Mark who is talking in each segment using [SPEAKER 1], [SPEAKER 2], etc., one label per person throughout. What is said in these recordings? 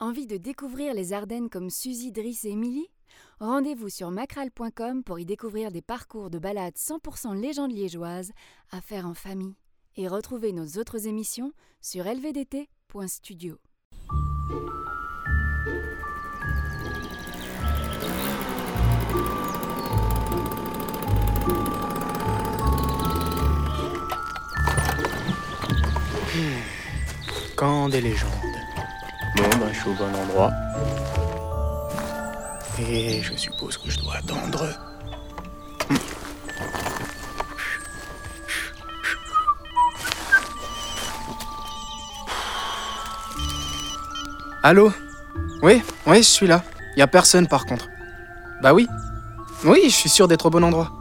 [SPEAKER 1] Envie de découvrir les Ardennes comme Suzy, Driss et Émilie Rendez-vous sur macral.com pour y découvrir des parcours de balades 100% légende liégeoise à faire en famille. Et retrouvez nos autres émissions sur lvdt.studio.
[SPEAKER 2] Quand des légendes.
[SPEAKER 3] Bon, ben, je suis au bon endroit.
[SPEAKER 2] Et je suppose que je dois attendre. Allô Oui, oui, je suis là. Y a personne par contre. Bah oui. Oui, je suis sûr d'être au bon endroit.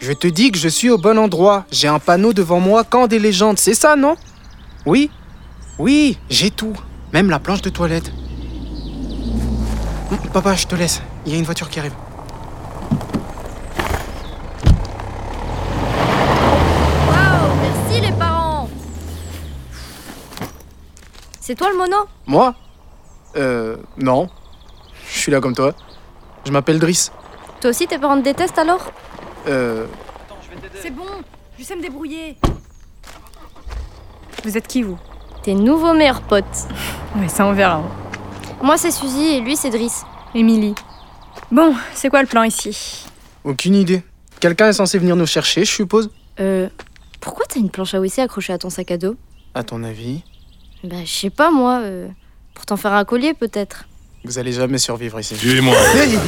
[SPEAKER 2] Je te dis que je suis au bon endroit. J'ai un panneau devant moi, quand des légendes, c'est ça, non Oui Oui, j'ai tout. Même la planche de toilette. Hum, Papa, je te laisse. Il y a une voiture qui arrive.
[SPEAKER 4] Waouh, merci les parents C'est toi le mono
[SPEAKER 2] Moi Euh. Non. Je suis là comme toi. Je m'appelle Driss.
[SPEAKER 4] Toi aussi tes parents te détestent alors
[SPEAKER 2] Euh.
[SPEAKER 5] C'est bon, je sais me débrouiller. Vous êtes qui, vous
[SPEAKER 4] Tes nouveaux meilleurs potes.
[SPEAKER 5] Ouais, ça on verra.
[SPEAKER 4] Moi c'est Suzy et lui c'est Driss.
[SPEAKER 5] Émilie. Bon, c'est quoi le plan ici
[SPEAKER 2] Aucune idée. Quelqu'un est censé venir nous chercher, je suppose
[SPEAKER 4] Euh. Pourquoi t'as une planche à WC accrochée à ton sac à dos
[SPEAKER 2] À ton avis
[SPEAKER 4] Bah je sais pas moi, euh, pour t'en faire un collier peut-être.
[SPEAKER 2] Vous allez jamais survivre ici.
[SPEAKER 6] Suivez-moi,
[SPEAKER 2] Hey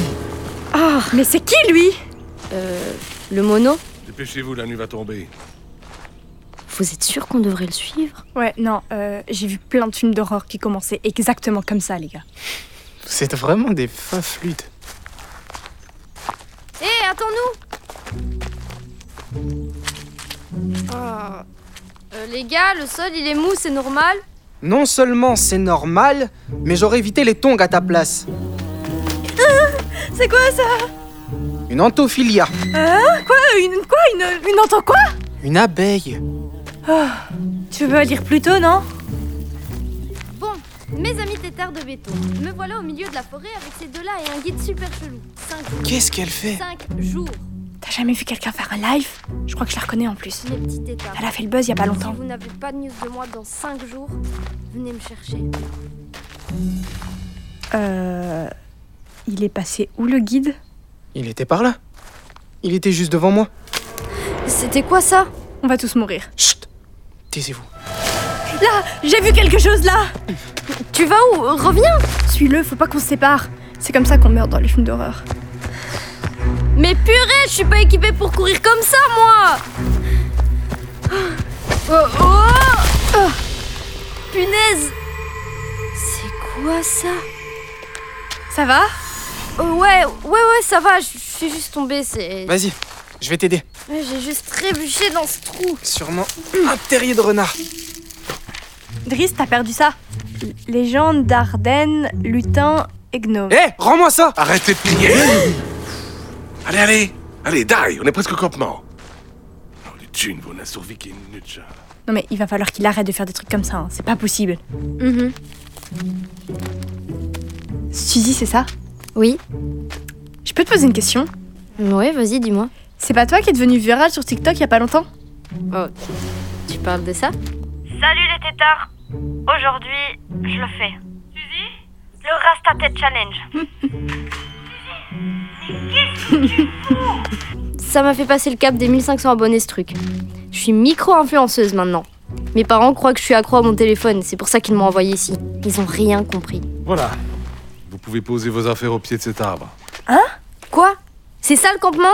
[SPEAKER 5] Ah, mais c'est qui lui
[SPEAKER 4] Euh. Le mono
[SPEAKER 6] dépêchez-vous, la nuit va tomber.
[SPEAKER 4] Vous êtes sûr qu'on devrait le suivre
[SPEAKER 5] Ouais, non, euh, j'ai vu plein de films d'horreur qui commençaient exactement comme ça, les gars.
[SPEAKER 2] Vous êtes vraiment des fins flûtes.
[SPEAKER 4] Hé, Eh, attends-nous Ah. Euh, les gars, le sol il est mou, c'est normal.
[SPEAKER 2] Non seulement c'est normal, mais j'aurais évité les tongs à ta place.
[SPEAKER 5] C'est quoi ça
[SPEAKER 2] Une antophilia.
[SPEAKER 5] Euh, Une quoi Une, une entend quoi
[SPEAKER 2] Une abeille.
[SPEAKER 5] Tu veux lire plus tôt, non
[SPEAKER 4] Bon, mes amis têtards de béton, me voilà au milieu de la forêt avec ces deux-là et un guide super chelou. 5 jours.
[SPEAKER 2] Qu'est-ce qu'elle fait
[SPEAKER 4] 5 jours,
[SPEAKER 5] T'as jamais vu quelqu'un faire un live Je crois que je la reconnais en plus.
[SPEAKER 4] mes petits têtards.
[SPEAKER 5] Elle a fait le buzz il y a pas
[SPEAKER 4] Si
[SPEAKER 5] longtemps.
[SPEAKER 4] vous n'avez pas de news de moi dans 5 jours, venez me chercher.
[SPEAKER 5] Euh. Il est passé où le guide
[SPEAKER 2] Il était par là. Il était juste devant moi.
[SPEAKER 4] C'était quoi ça
[SPEAKER 5] On va tous mourir.
[SPEAKER 2] Chut Taisez-vous.
[SPEAKER 5] Là J'ai vu quelque chose là
[SPEAKER 4] Tu vas où Reviens
[SPEAKER 5] Suis-le, faut pas qu'on se sépare. C'est comme ça qu'on meurt dans les films d'horreur.
[SPEAKER 4] Mais purée, je suis pas équipée pour courir comme ça, moi Oh, oh Oh Punaise C'est quoi ça
[SPEAKER 5] Ça va
[SPEAKER 4] Oh, Ouais, ouais, ouais, ça va, je je suis juste tombée, c'est...
[SPEAKER 2] Vas-y, je vais t'aider.
[SPEAKER 4] Ouais, J'ai juste trébuché dans ce trou.
[SPEAKER 2] Sûrement un terrier de renard.
[SPEAKER 5] Driss, t'as perdu ça. L- Légende d'Ardenne, lutin et gnome.
[SPEAKER 2] Hé, rends-moi ça
[SPEAKER 6] Arrêtez de plier Allez, allez Allez, die On est presque au campement Oh, les thunes, vous n'a survécu qu'une minute, chat.
[SPEAKER 5] Non mais il va falloir qu'il arrête de faire des trucs comme ça, hein. c'est pas possible.
[SPEAKER 4] Mhm.
[SPEAKER 5] Suzy, c'est ça
[SPEAKER 4] Oui.
[SPEAKER 5] Je peux te poser une question
[SPEAKER 4] Ouais, vas-y, dis-moi.
[SPEAKER 5] C'est pas toi qui es devenu virale sur TikTok il y a pas longtemps
[SPEAKER 4] Oh, tu parles de ça
[SPEAKER 7] Salut les tétards Aujourd'hui, je le fais. Suzy Le Rasta Tête Challenge.
[SPEAKER 4] Ça m'a fait passer le cap des 1500 abonnés ce truc. Je suis micro-influenceuse maintenant. Mes parents croient que je suis accro à mon téléphone, c'est pour ça qu'ils m'ont envoyé ici. Ils ont rien compris.
[SPEAKER 6] Voilà. Vous pouvez poser vos affaires au pied de cet arbre.
[SPEAKER 4] Quoi C'est ça le campement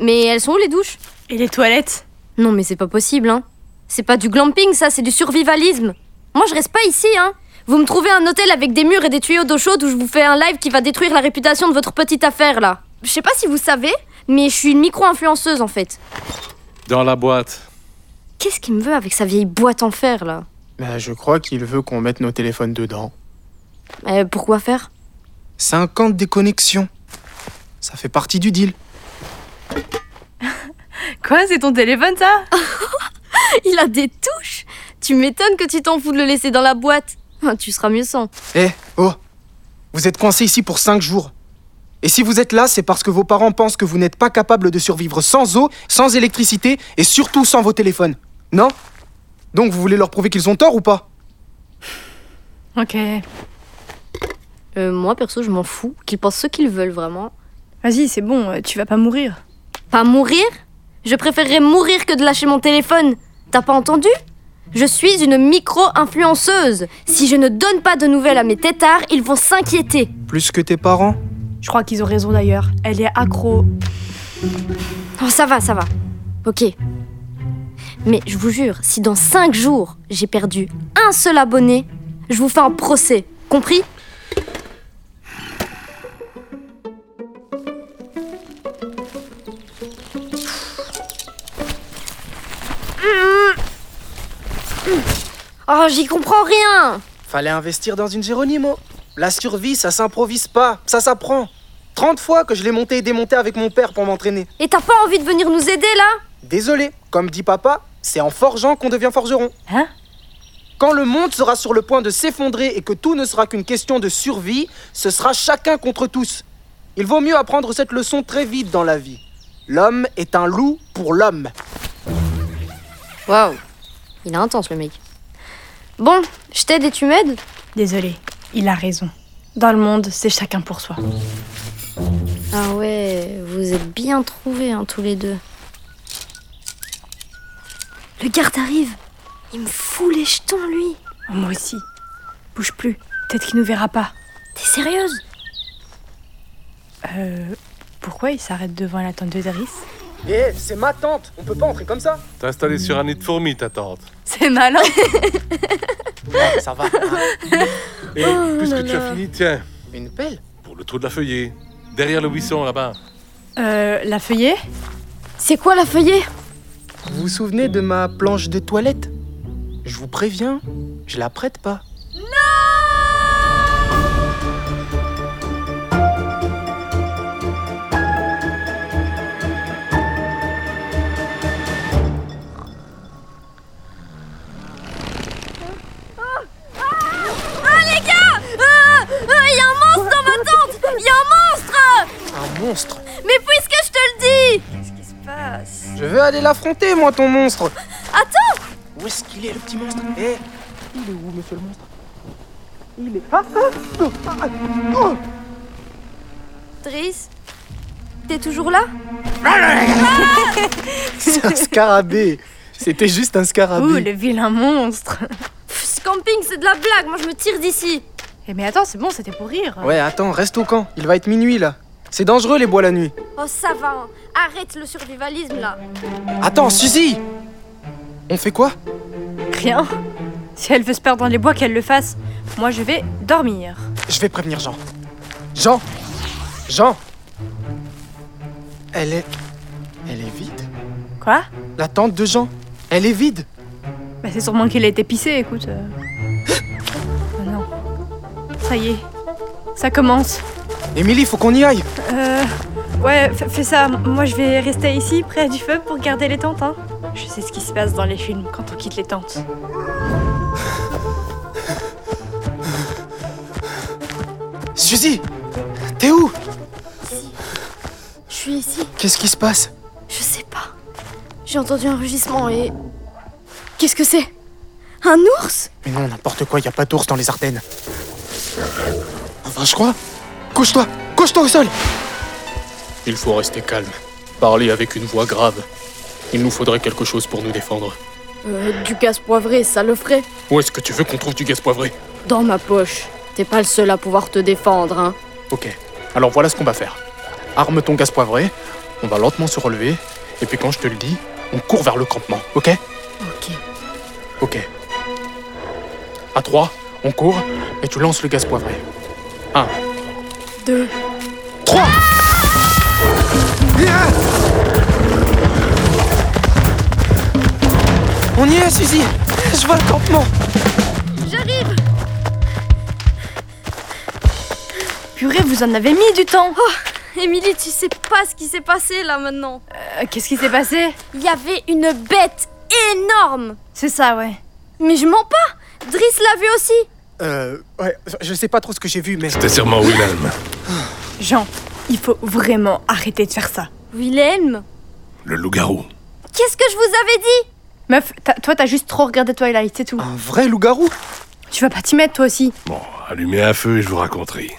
[SPEAKER 4] Mais elles sont où les douches
[SPEAKER 5] Et les toilettes
[SPEAKER 4] Non mais c'est pas possible hein. C'est pas du glamping ça, c'est du survivalisme. Moi je reste pas ici hein. Vous me trouvez un hôtel avec des murs et des tuyaux d'eau chaude où je vous fais un live qui va détruire la réputation de votre petite affaire là. Je sais pas si vous savez, mais je suis une micro-influenceuse en fait.
[SPEAKER 6] Dans la boîte.
[SPEAKER 4] Qu'est-ce qu'il me veut avec sa vieille boîte en fer là
[SPEAKER 2] Bah, je crois qu'il veut qu'on mette nos téléphones dedans.
[SPEAKER 4] Euh, Pourquoi faire
[SPEAKER 2] 50 déconnexions. Ça fait partie du deal.
[SPEAKER 5] Quoi, c'est ton téléphone ça
[SPEAKER 4] Il a des touches Tu m'étonnes que tu t'en fous de le laisser dans la boîte. Ah, Tu seras mieux sans.
[SPEAKER 2] Eh, oh Vous êtes coincés ici pour 5 jours. Et si vous êtes là, c'est parce que vos parents pensent que vous n'êtes pas capable de survivre sans eau, sans électricité et surtout sans vos téléphones. Non Donc vous voulez leur prouver qu'ils ont tort ou pas
[SPEAKER 5] Ok.
[SPEAKER 4] Euh, moi, perso, je m'en fous. Qu'ils pensent ce qu'ils veulent vraiment.
[SPEAKER 5] Vas-y, c'est bon, euh, tu vas pas mourir.
[SPEAKER 4] Pas mourir Je préférerais mourir que de lâcher mon téléphone. T'as pas entendu Je suis une micro-influenceuse. Si je ne donne pas de nouvelles à mes têtards, ils vont s'inquiéter.
[SPEAKER 2] Plus que tes parents
[SPEAKER 5] Je crois qu'ils ont raison d'ailleurs. Elle est accro.
[SPEAKER 4] Oh, ça va, ça va. Ok. Mais je vous jure, si dans 5 jours, j'ai perdu un seul abonné, je vous fais un procès. Compris Oh, j'y comprends rien
[SPEAKER 2] Fallait investir dans une Géronimo. La survie, ça s'improvise pas, ça s'apprend. 30 fois que je l'ai monté et démonté avec mon père pour m'entraîner.
[SPEAKER 4] Et t'as pas envie de venir nous aider là
[SPEAKER 2] Désolé, comme dit papa, c'est en forgeant qu'on devient forgeron.
[SPEAKER 5] Hein
[SPEAKER 2] Quand le monde sera sur le point de s'effondrer et que tout ne sera qu'une question de survie, ce sera chacun contre tous. Il vaut mieux apprendre cette leçon très vite dans la vie. L'homme est un loup pour l'homme.
[SPEAKER 4] Waouh Il est intense le mec. Bon, je t'aide et tu m'aides
[SPEAKER 5] Désolé, il a raison. Dans le monde, c'est chacun pour soi.
[SPEAKER 4] Ah ouais, vous êtes bien trouvés hein, tous les deux. Le garde arrive. Il me fout les jetons, lui.
[SPEAKER 5] Oh, moi aussi. Bouge plus. Peut-être qu'il nous verra pas.
[SPEAKER 4] T'es sérieuse
[SPEAKER 5] Euh. Pourquoi il s'arrête devant la tente de Daris
[SPEAKER 2] Eh, c'est ma tante, on peut pas entrer comme ça.
[SPEAKER 6] T'as installé sur un nid de fourmis, ta tante.
[SPEAKER 5] C'est malin
[SPEAKER 2] Ouais, ça va. hein.
[SPEAKER 6] Et puisque tu as fini, tiens,
[SPEAKER 2] Une pelle
[SPEAKER 6] pour le trou de la feuillée, derrière le buisson là-bas.
[SPEAKER 5] Euh. La feuillée
[SPEAKER 4] C'est quoi la feuillée
[SPEAKER 2] Vous vous souvenez de ma planche de toilette Je vous préviens, je la prête pas.
[SPEAKER 4] Il y a un monstre dans ma tente Il y a un monstre
[SPEAKER 2] Un monstre
[SPEAKER 4] Mais puisque je te le dis
[SPEAKER 5] Qu'est-ce qui se passe
[SPEAKER 2] Je veux aller l'affronter, moi, ton monstre Attends Où est-ce qu'il est, le petit monstre Eh Il est où, monsieur le monstre Il est... Ah, ah, oh, ah, ah, oh.
[SPEAKER 4] Driss, t'es toujours là
[SPEAKER 2] C'est un scarabée C'était juste un scarabée
[SPEAKER 5] Ouh, le vilain monstre
[SPEAKER 4] Pff, Ce camping, c'est de la blague. Moi, je me tire d'ici.
[SPEAKER 5] Eh, Mais attends, c'est bon, c'était pour rire.
[SPEAKER 2] Ouais, attends, reste au camp, il va être minuit, là. C'est dangereux, les bois, la nuit.
[SPEAKER 4] Oh, ça va. hein. Arrête le survivalisme, là.
[SPEAKER 2] Attends, Suzy On fait quoi
[SPEAKER 5] Rien. Si elle veut se perdre dans les bois, qu'elle le fasse. Moi, je vais dormir.
[SPEAKER 2] Je vais prévenir Jean. Jean Jean Elle est... Elle est vide
[SPEAKER 5] Quoi
[SPEAKER 2] La tente de Jean Elle est vide
[SPEAKER 5] Bah, c'est sûrement qu'il a été pissé, écoute. euh. Oh non. Ça y est. Ça commence.
[SPEAKER 2] Émilie, faut qu'on y aille
[SPEAKER 5] Euh. Ouais, f- fais ça. Moi, je vais rester ici, près du feu, pour garder les tentes, hein. Je sais ce qui se passe dans les films quand on quitte les tentes.
[SPEAKER 2] Suzy T'es où
[SPEAKER 4] Je suis ici.
[SPEAKER 2] Qu'est-ce qui se passe
[SPEAKER 4] Je sais pas. J'ai entendu un rugissement et. Qu'est-ce que c'est Un ours
[SPEAKER 2] Mais non, n'importe quoi, y a pas d'ours dans les Ardennes. Enfin, je crois. Couche-toi Couche-toi au sol
[SPEAKER 3] Il faut rester calme. Parler avec une voix grave. Il nous faudrait quelque chose pour nous défendre.
[SPEAKER 4] euh, Du gaz poivré, ça le ferait.
[SPEAKER 3] Où est-ce que tu veux qu'on trouve du gaz poivré
[SPEAKER 4] Dans ma poche. T'es pas le seul à pouvoir te défendre, hein.
[SPEAKER 3] Ok, alors voilà ce qu'on va faire. Arme ton gaz poivré, on va lentement se relever, et puis quand je te le dis, on court vers le campement, ok
[SPEAKER 4] Ok.
[SPEAKER 3] Ok. À trois, on court, et tu lances le gaz poivré. Un.
[SPEAKER 4] Deux.
[SPEAKER 3] Trois
[SPEAKER 2] On y est, Suzy Je vois le campement
[SPEAKER 4] J'arrive
[SPEAKER 5] Purée, vous en avez mis du temps
[SPEAKER 4] Émilie, tu sais pas ce qui s'est passé là maintenant.
[SPEAKER 5] Euh, Qu'est-ce qui s'est passé
[SPEAKER 4] Il y avait une bête énorme
[SPEAKER 5] C'est ça, ouais.
[SPEAKER 4] Mais je mens pas Driss l'a vu aussi
[SPEAKER 2] Euh. Ouais, je sais pas trop ce que j'ai vu, mais.
[SPEAKER 6] C'était sûrement Willem.
[SPEAKER 5] Jean, il faut vraiment arrêter de faire ça.
[SPEAKER 4] Wilhelm
[SPEAKER 6] Le loup-garou.
[SPEAKER 4] Qu'est-ce que je vous avais dit
[SPEAKER 5] Meuf, t'as- toi, t'as juste trop regardé Twilight, c'est tout.
[SPEAKER 2] Un vrai loup-garou
[SPEAKER 5] Tu vas pas t'y mettre, toi aussi.
[SPEAKER 6] Bon, allumez un feu et je vous raconterai.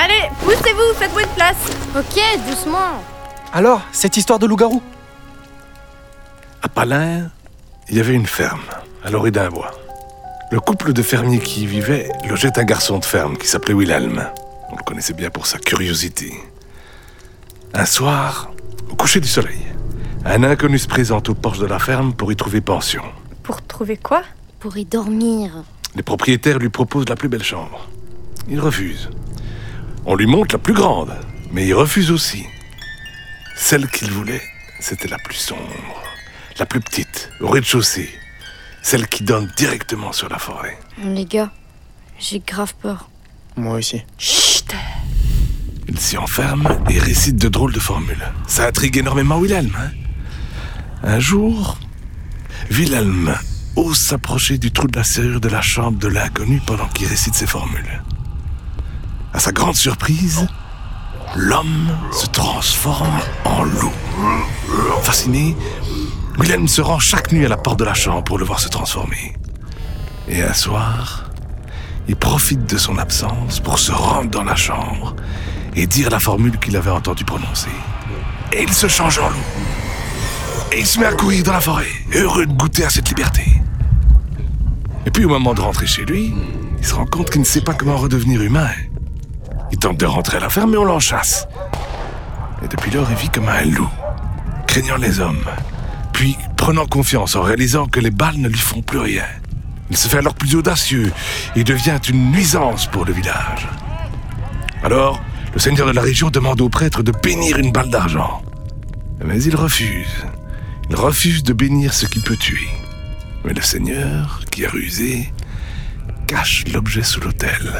[SPEAKER 5] Allez, poussez-vous, faites-vous une place.
[SPEAKER 4] Ok, doucement.
[SPEAKER 2] Alors, cette histoire de loup-garou
[SPEAKER 6] À Palin, il y avait une ferme, à l'orée d'un bois. Le couple de fermiers qui y vivait logeait un garçon de ferme qui s'appelait Wilhelm. On le connaissait bien pour sa curiosité. Un soir, au coucher du soleil, un inconnu se présente au porche de la ferme pour y trouver pension.
[SPEAKER 5] Pour trouver quoi
[SPEAKER 4] Pour y dormir.
[SPEAKER 6] Les propriétaires lui proposent la plus belle chambre. Il refuse. On lui montre la plus grande, mais il refuse aussi. Celle qu'il voulait, c'était la plus sombre, la plus petite, au rez-de-chaussée, celle qui donne directement sur la forêt.
[SPEAKER 4] Les gars, j'ai grave peur.
[SPEAKER 2] Moi aussi.
[SPEAKER 5] Chut
[SPEAKER 6] Il s'y enferme et récite de drôles de formules. Ça intrigue énormément Wilhelm. hein. un jour, Wilhelm ose s'approcher du trou de la serrure de la chambre de l'inconnu pendant qu'il récite ses formules. À sa grande surprise, l'homme se transforme en loup. Fasciné, Wilhelm se rend chaque nuit à la porte de la chambre pour le voir se transformer. Et un soir, il profite de son absence pour se rendre dans la chambre et dire la formule qu'il avait entendu prononcer. Et il se change en loup. Et il se met à courir dans la forêt, heureux de goûter à cette liberté. Et puis au moment de rentrer chez lui, il se rend compte qu'il ne sait pas comment redevenir humain. Il tente de rentrer à la ferme et on l'enchasse. Et depuis lors, il vit comme un loup, craignant les hommes, puis prenant confiance en réalisant que les balles ne lui font plus rien. Il se fait alors plus audacieux et devient une nuisance pour le village. Alors, le seigneur de la région demande au prêtre de bénir une balle d'argent. Mais il refuse. Il refuse de bénir ce qui peut tuer. Mais le seigneur, qui est rusé, cache l'objet sous l'autel.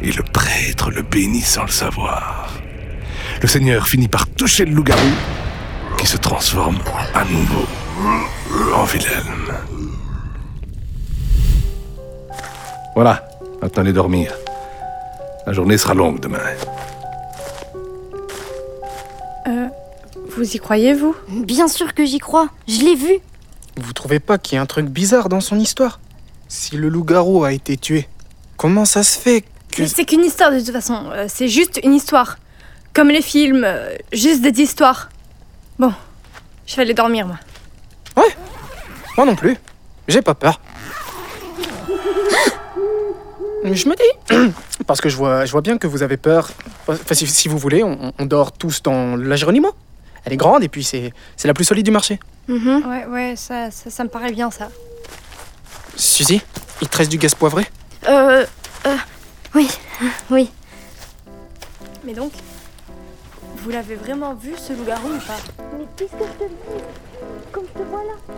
[SPEAKER 6] Et le prêtre le bénit sans le savoir. Le seigneur finit par toucher le loup-garou, qui se transforme à nouveau en Wilhelm. Voilà, maintenant allez dormir. La journée sera longue demain.
[SPEAKER 5] Vous y croyez, vous
[SPEAKER 4] Bien sûr que j'y crois. Je l'ai vu.
[SPEAKER 2] Vous trouvez pas qu'il y a un truc bizarre dans son histoire Si le loup-garou a été tué, comment ça se fait que.
[SPEAKER 5] C'est qu'une histoire, de toute façon. euh, C'est juste une histoire. Comme les films, euh, juste des histoires. Bon, je vais aller dormir, moi.
[SPEAKER 2] Moi non plus. J'ai pas peur. Mais Je me dis. Parce que je vois, je vois bien que vous avez peur. Enfin, si, si vous voulez, on, on dort tous dans la Géronimo. Elle est grande et puis c'est c'est la plus solide du marché.
[SPEAKER 4] Mhm.
[SPEAKER 5] Ouais, ouais, ça, ça, ça me paraît bien, ça.
[SPEAKER 2] Suzy, il te reste du gaz poivré
[SPEAKER 4] Euh, euh, oui, oui.
[SPEAKER 5] Mais donc, vous l'avez vraiment vu, ce loup-garou, ou pas
[SPEAKER 8] Mais qu'est-ce que je te dis Comme je te vois là,